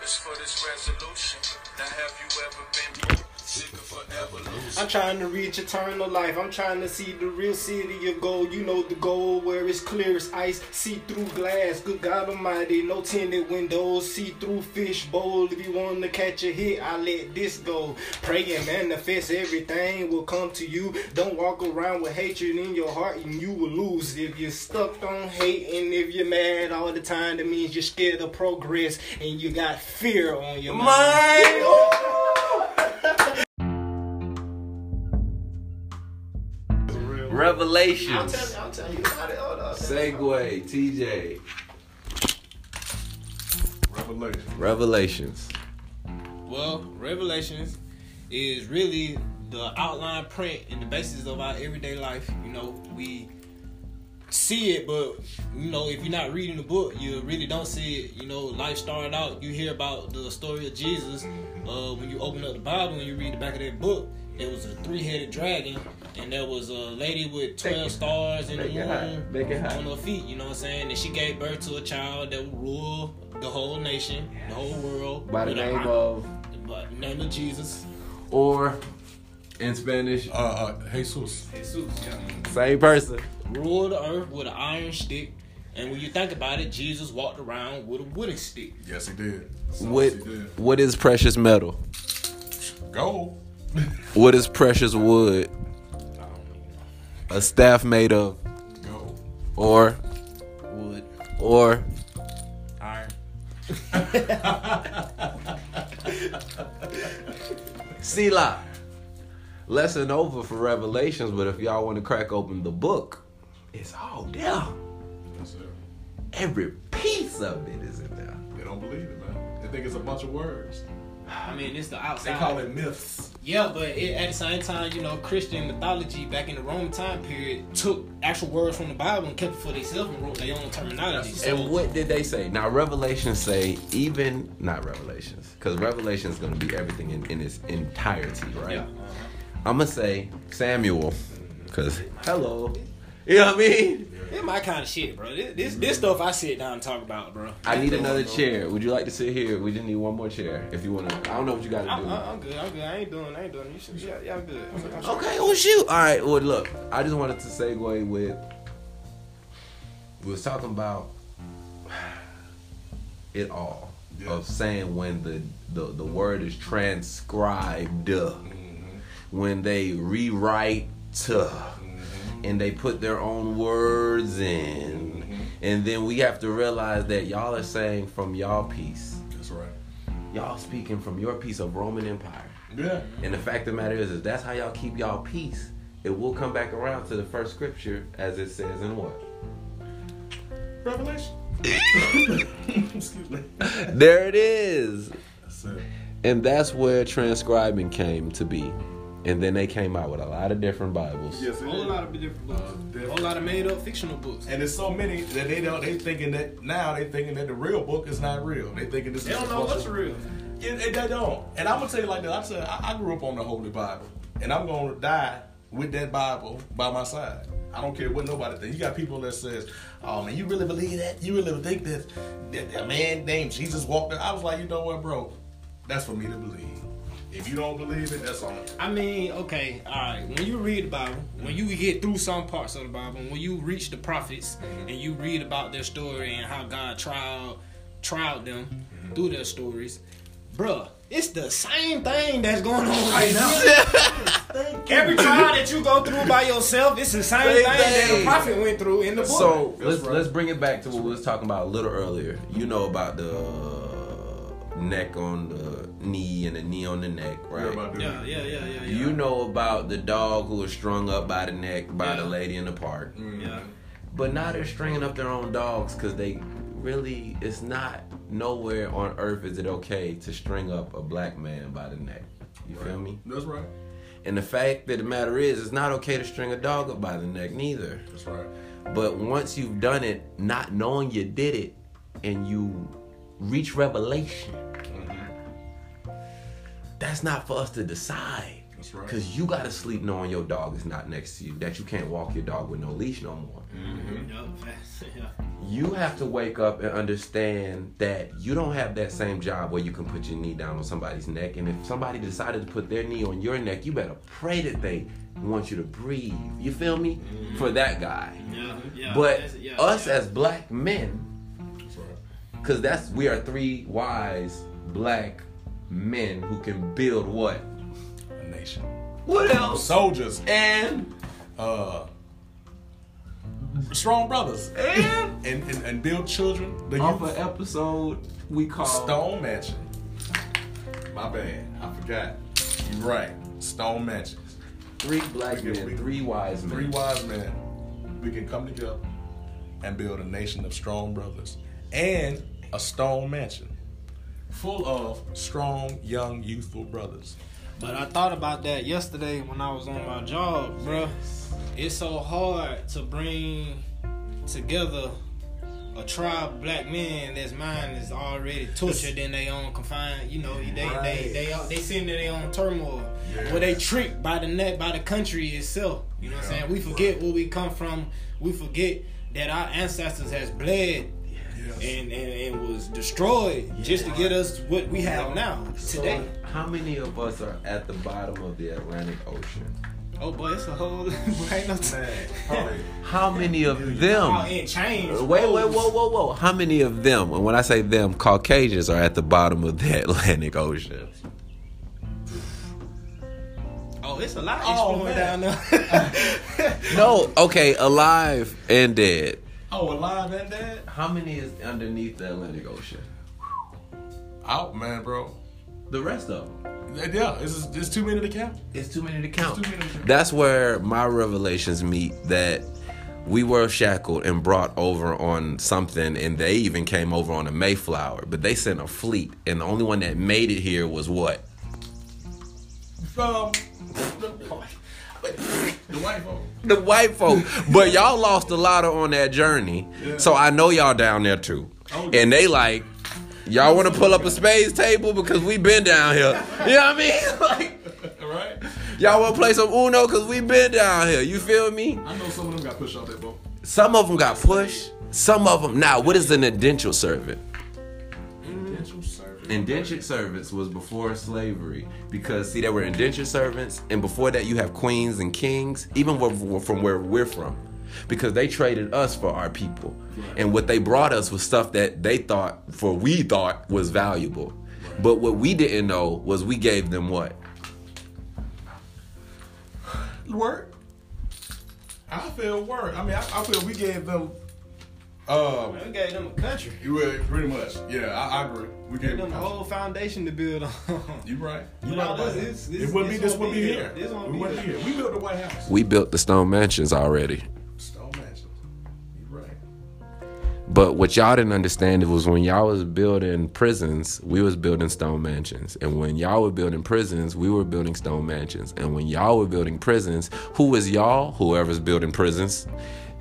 H: it's for this resolution. Now have you ever been sick of forever losing?
G: I'm trying to reach eternal life. I'm trying to see the real city of gold. You know the gold where it's clear as ice, see through glass. Good God Almighty, no tinted windows, see through fish bowl. If you want to catch a hit, I let this go. Pray and manifest everything will come to you. Don't walk around with hatred in your heart and you will lose. If you're stuck on hate and if you're mad all the time, that means you're scared of progress and you got fear on your mind.
B: Revelations.
G: I'll tell you about it. Hold on.
B: Segway, TJ.
A: Revelation.
B: Revelations.
G: Well, Revelations is really the outline print and the basis of our everyday life. You know, we see it, but you know, if you're not reading the book, you really don't see it. You know, life started out. You hear about the story of Jesus uh, when you open up the Bible and you read the back of that book. There was a three-headed dragon, and there was a lady with twelve stars in the
B: Make it hot.
G: moon
B: Make it hot.
G: on her feet. You know what I'm saying? And she gave birth to a child that would rule the whole nation, the whole world
B: By the
G: with a
B: name
G: iron-
B: of,
G: by the name of Jesus.
B: or in Spanish,
A: Uh, uh, Jesus.
B: same person.
G: Rule the earth with an iron stick. And when you think about it, Jesus walked around with a wooden stick.
A: Yes, he did.
B: What,
A: Yes, he did.
B: what is precious metal?
A: Go.
B: What is precious wood? A staff made of,
A: Go.
B: or,
G: Wood.
B: or,
G: Iron.
B: Sila. lesson over for Revelations, but if y'all want to crack open the book, it's all there.
C: That's it.
B: Every piece of it is in there.
C: They don't believe it, man. They think it's a bunch of words.
G: I mean, it's the
C: They
G: outside.
C: call it myths.
G: Yeah, but it, at the same time, you know, Christian mythology back in the Roman time period took actual words from the Bible and kept it for themselves and wrote their own terminology.
B: And
G: So,
B: what did they say? Now Revelations say even not Revelations, because Revelation is going to be everything in, in its entirety, right?
G: yeah.
B: I'm gonna say Samuel, because hello, you know what I mean.
G: It's my kind of shit, bro. This, this this stuff I sit down and talk about, bro.
B: I need another chair. Would you like to sit here? We just need one more chair. If you wanna, I don't know what you gotta
G: I'm,
B: do.
G: I'm I'm good. I'm good. I ain't doing. I ain't doing. You should. Yeah, y'all good. I'm good. I'm good.
B: Okay, well shoot. All right, well look, I just wanted to segue with we was talking about (sighs) it all of saying when the, the the word is transcribed, when they rewrite, and they put their own words in, and then we have to realize that y'all are saying from y'all piece,
C: That's right.
B: y'all speaking from your piece of Roman Empire.
C: Yeah.
B: And the fact of the matter is, is that's how y'all keep y'all peace. It will come back around to the first scripture as it says in what?
C: Revelation. (laughs) Excuse me.
B: There it is.
C: That's it.
B: And that's where transcribing came to be. And then they came out with a lot of different Bibles.
C: Yes, it
G: Whole
C: is.
G: lot of different books.
C: different.
G: Whole lot of made up fictional books.
C: And there's so many that they don't. They thinking that now they thinking that the real book is not real. They thinking this.
G: They
C: is
G: don't
C: a
G: know
C: bunch
G: what's
C: of-
G: real.
C: Yeah, they they don't. And I'm gonna tell you like that. I said I I grew up on the Holy Bible, and I'm gonna die with that Bible by my side. I don't care what nobody thinks. You got people that says, "Oh man, you really believe that? You really think that that a man named Jesus walked?" Out? I was like, you know what, bro? That's for me to believe. If you don't believe it, that's on. you.
G: I mean, okay, all right. When you read the Bible, when you get through some parts of the Bible, when you reach the prophets and you read about their story and how God tried tried them through their stories, bruh, it's the same thing that's going on right now. (laughs) Every trial that you go through by yourself, it's the same
B: Same
G: thing that
B: thing.
G: the prophet went through in the book.
B: So let's let's bring it back to what we was talking about a little earlier. You know about the neck on the knee and the knee on the neck, right?
G: yeah, yeah, yeah, yeah, yeah.
B: You know about the dog who was strung up by the neck by the
G: Yeah.
B: lady in the park.
G: yeah.
B: But now they're stringing up their own dogs because they really, it's not nowhere on earth is it okay to string up a black man by the neck. You feel me?
C: That's right.
B: And the fact that the matter is, it's not okay to string a dog up by the neck neither.
C: That's right.
B: But once you've done it, not knowing you did it, and you reach revelation, that's not for us to decide.
C: Mm-hmm. That's right.
B: Because you got to sleep knowing your dog is not next to you, that you can't walk your dog with no leash no more.
G: yeah.
B: You have to wake up and understand that you don't have that same job where you can put your knee down on somebody's neck. And if somebody decided to put their knee on your neck, you better pray that they want you to breathe. You feel me? For that guy.
G: Yeah, yeah,
B: Mm. But
G: that's- yeah,
B: us
G: yeah.
B: as black men, because that's we are three wise black men who can build what?
C: A nation.
B: What else?
C: Soldiers
B: And
C: uh, strong brothers
B: (laughs) and
C: and, and, and build children. The
B: off
C: youth
B: an episode we call
C: Stone Mansion. My bad, I forgot. You right, Stone Mansion.
B: Three black
C: We can- we-
B: men, three wise men.
C: Three wise men. We can come together and build a nation of strong brothers and a stone mansion full of strong, young, youthful brothers.
G: But I thought about that yesterday when I was on my job, bruh. It's so hard to bring together a tribe of black men that's mind is already tortured in their own confined. You know, they they they they, they sitting in their own turmoil. Where they tricked by the net by the country itself. You know what I'm saying? We forget where we come from. We forget that our ancestors has bled. And, and, and was destroyed just to get us what we have now today.
B: How many of us are at the bottom of the Atlantic Ocean?
G: Oh boy, it's a whole (laughs) ain't no time.
B: How many of
G: Oh,
B: them?
G: and change.
B: Wait, wait, whoa, whoa, whoa. How many of them, and when I say them, Caucasians are at the bottom of the (laughs) Atlantic Ocean?
G: Oh, it's a lot
C: Oh,
G: exploring
C: man.
G: down there.
B: No, okay, alive and dead.
C: Oh, alive and dead?
B: How many is underneath the Atlantic Ocean?
C: Out, man, bro.
B: The rest of them.
A: yeah, it's, just- it's too many to count.
B: It's too many to count.
A: It's too many to count.
B: That's where my revelations meet that we were shackled and brought over on something, and they even came over on a Mayflower, but they sent a fleet, and the only one that made it here was what?
A: Um, (laughs) the white folk.
B: The white folk. but y'all lost a lot on that journey, so I know y'all down there too.
A: Oh,
B: And they like, y'all want to pull up a space table because we been down here. You know what I mean? (laughs) like,
A: All right.
B: y'all want to play some Uno because we been down here. You feel me?
A: I know some of them got pushed off that boat.
B: Some of them got pushed. Some of them. Now, what is an indentured servant?
A: Potential service.
B: Indentured servants was before slavery because see, there were indentured servants, and before that, you have queens and kings, even where- from where we're from, because they traded us for our people, and what they brought us was stuff that they thought, for we thought, was valuable, but what we didn't know was we gave them what.
A: Work. I feel work. I mean, I, I feel we gave them. Uh,
G: We gave them a country.
A: you were pretty much. Yeah, I, I agree. We gave
G: Gave them
A: them.
G: a whole foundation to build on.
A: You right. You
G: No,
A: right about
G: this-
A: that.
G: this- this-
A: it wouldn't be.
G: this
A: This would
G: won't
A: be
G: be
A: here.
G: here. This won't
A: we
G: be
A: wouldn't
G: here.
A: here. We built the White House.
B: We built the stone mansions already.
A: Stone mansions. You right.
B: But what y'all didn't understand it was when y'all was building prisons, we was building stone mansions. And when y'all were building prisons, we were building stone mansions. And when y'all were building prisons, who is y'all? Whoever's building prisons.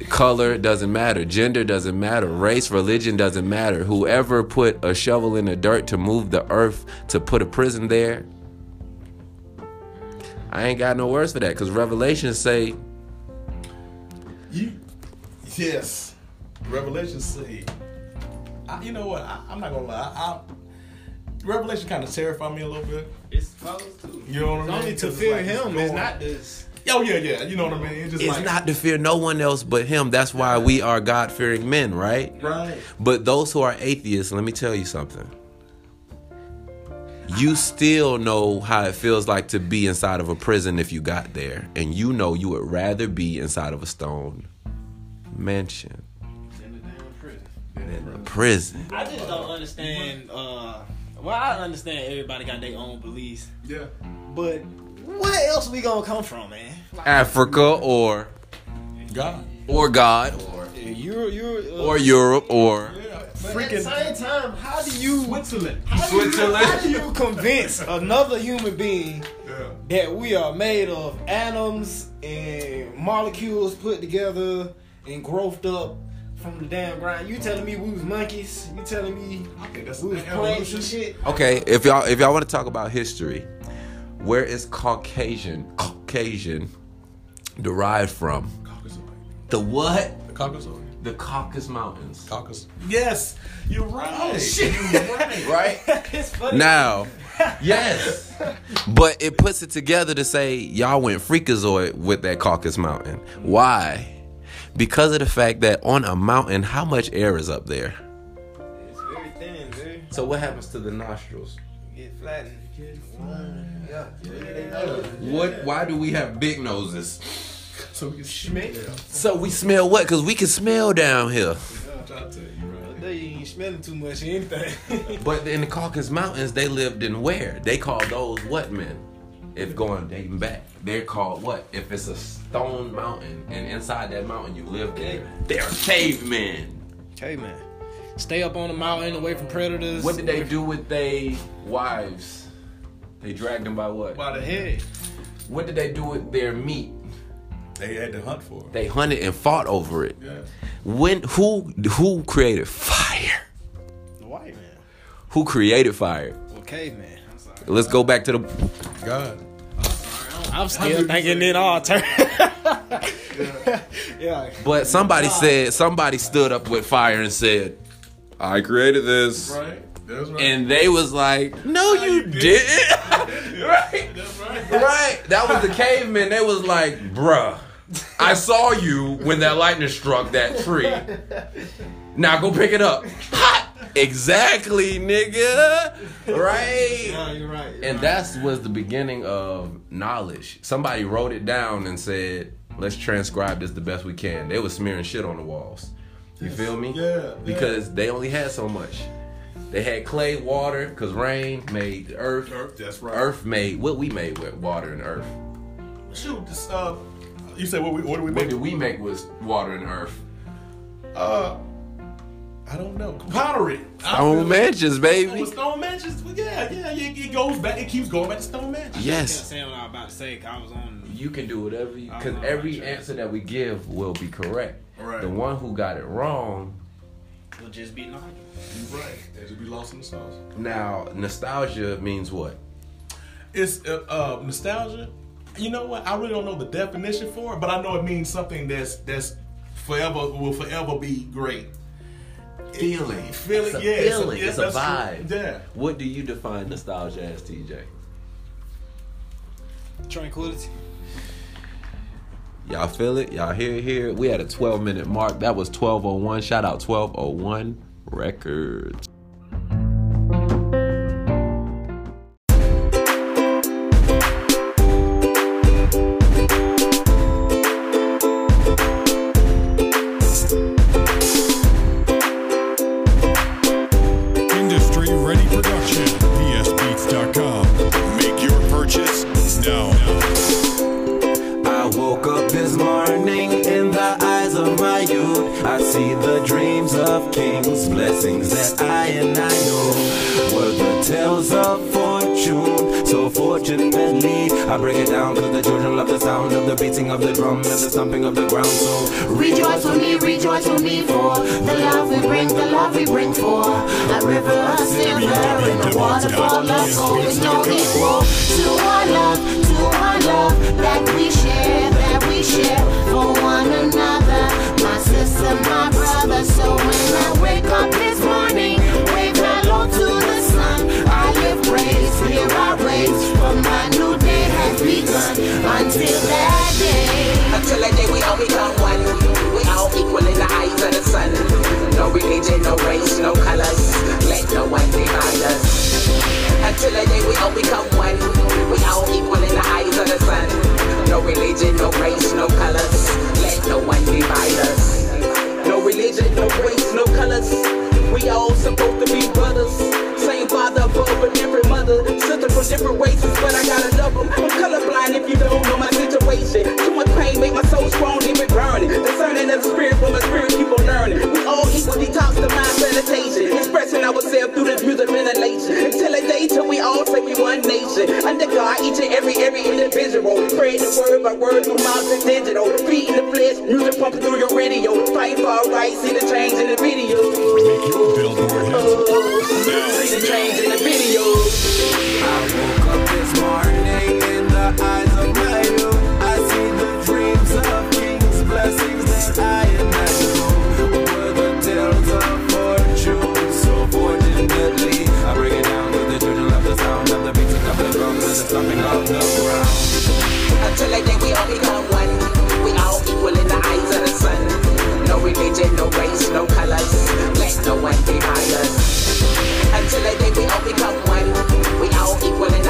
B: Color doesn't matter, gender doesn't matter, race, religion doesn't matter. Whoever put a shovel in the dirt to move the earth to put a prison there. I ain't got no words for that because Revelations say
A: You, yes, Revelation say, I, you know what? I, I'm not gonna lie. I, Revelation kind of terrified me a little bit.
G: (laughs) It's supposed to.
A: You know what I
G: It's
A: mean?
G: only to
A: 'Cause it's
G: fear
A: like it's
G: him. It's
A: going-
G: not this.
A: Oh yeah, yeah. You know what I mean? It's just
B: It's
A: like
B: not to fear no one else but him. That's why we are God fearing men, right?
A: right.
B: But those who are atheists, let me tell you something. You still know how it feels like to be inside of a prison if you got there. And you know you would rather be inside of a stone mansion
G: In the damn prison.
B: than a prison.
G: I just don't understand. Uh, well, I understand everybody got their own beliefs,
A: Yeah.
G: but where else we gonna come from, man?
B: Africa or
A: God.
B: or God or,
G: You're you're uh,
B: or Europe or
A: Yeah.
G: at the
A: Freaking
G: same time. How do you
A: Switzerland.
G: how do you, how do (laughs) you convince another human being
A: Yeah.
G: that we are made of atoms and molecules put together and growthed up from the damn ground? You telling me we was monkeys? You telling me
A: I think that's
G: we was
A: an
G: plants
A: evolution.
G: and shit? (laughs)
B: Okay, if y'all if y'all want to talk about history, where is Caucasian Caucasian derived from?
A: Caucasoid.
B: The what?
A: The Caucasoid.
B: The Caucasus Mountains.
A: Caucus. Yes, you're right.
G: Oh,
A: You're right.
B: Right?
G: it's funny. (laughs)
B: Now, yes. But it puts it together to say y'all went freakazoid with that Caucasus Mountain. Why? Because of the fact that on a mountain, how much air is up there?
G: It's very thin, dude.
B: So what happens to the nostrils?
G: Get flattened. Yeah.
B: What? Why do we have big noses?
A: So we can schmick. Yeah,
B: So we smell what? Cause we can smell down here.
A: I'm trying to tell you, right.
G: They ain't smelling too much of anything.
B: But in the Caucasus Mountains, they lived in where? They call those what men? If going dating back, they're called what? If it's a stone mountain and inside that mountain you live there, they're cavemen.
G: hey man, stay up on the mountain away from predators.
B: What did they do with they wives? They dragged them by what?
G: By the head.
B: What did they do with their meat?
A: They had to hunt for it.
B: They hunted and fought over it.
A: Yeah.
B: When who who created fire?
G: The white man.
B: Who created fire?
G: Well, caveman. I'm sorry.
B: Let's go back to the
A: God.
G: I'm still thinking in all turn. yeah.
B: But somebody said somebody stood up with fire and said, "I created this."
A: Right. That's right.
B: And they was like, "No, you didn't." (laughs) right?
A: that's right.
B: Right? That was the cavemen. They was like, "Bruh, I saw you when that lightning struck that tree. Now go pick it up." Hot. Exactly, nigga. Right?
G: Yeah, you're right.
B: And
G: You're right.
B: that was the beginning of knowledge. Somebody wrote it down and said, "Let's transcribe this the best we can." They was smearing shit on the walls. You feel me?
A: Yeah, yeah.
B: Because they only had so much. They had clay, water, because rain made the earth.
C: Earth, that's right.
B: Earth made what we made with water and earth.
C: Shoot, this, uh, you said what we what do we
B: What
C: make?
B: did we make with water and earth?
C: Uh, I don't know. Pottery. I
B: Stone mansions,
C: feel
B: baby.
C: with Stone mansions. well, Yeah, yeah, yeah. It goes back. It keeps going back to stone mansions.
I: I can't
B: Yes.
I: say what I was about to say 'cause I was on.
B: You can do whatever you
I: I'm
B: because
I: not
B: every
I: interested.
B: answer that we give will be correct.
C: Right.
B: The one who got it wrong
I: We'll just be knocking.
C: Right. They should be lost in the sauce.
B: now, nostalgia means what?
C: It's uh, uh, nostalgia. You know what? I really don't know the definition for it, but I know it means something that's that's forever will forever be great.
B: Feeling.
C: Feeling.
B: It's a
C: yeah. it's
B: feeling.
C: yeah,
B: It's a,
C: that's true.
B: vibe.
C: Yeah.
B: What do you define nostalgia as, TJ?
I: Tranquility.
B: Y'all feel it? Y'all hear it here? We had a 12 minute mark. That was 1201. Shout out 1201 Records.
J: Industry Ready Production, psbeats.com. Make your purchase now.
G: I woke up this morning in the eyes of my youth. I see the dreams of kings, blessings that I and I know were the tales of fortune. So fortunately, I break it down because the children love the sound of the beating of the drum and the stomping of the ground. So
K: Rejoice for me, rejoice for me, for the love we bring, the love we bring for a river of silver and a waterfall of gold is no equal to our love, to our love that we share, that we share for one another. My sister, my brother. So when I wake up this morning, wave hello to the sun. I lift praise, clear our ways, for my new day has begun. Until that day.
L: Until the day we all become one. We all equal in the eyes of the sun. No religion, no race, no colors. Let no one divide us. Until the day we all become one. We all equal in the eyes of the sun. No religion, no race, no colors. Let no one divide us. No religion, no race, no colors. We all supposed to be brothers. Same father above and different mother. Sister from different races, but I gotta love 'em. I'm colorblind if you don't know my situation. Too much pain make my soul strong, leave it burning. Discerning of the spirit from the spirit, keep on learning. We all equal detox the mind sanitation. Expressing ourselves through the music ventilation. Until a day till we all say we one nation. Under God, each and every, every individual. Praying the word by word through mouths and digital. Feeding the flesh, music pumping through your radio. Fighting for our rights, see the change in the video. Oh,
J: Make your billboard hits.
L: See the change in the video.
G: I woke up this morning in the eyes of my youth. I see the dreams of kings, blessings that I and I know were the tales of fortune. So fortunately, I bring it down to the children of the sound of the beating of the drums and the stomping of the ground.
L: Until the day we all become one. We all equal in the eyes of the sun. No religion, no race, no colors. Let no one divide us. Until the day we all become one. We all equal in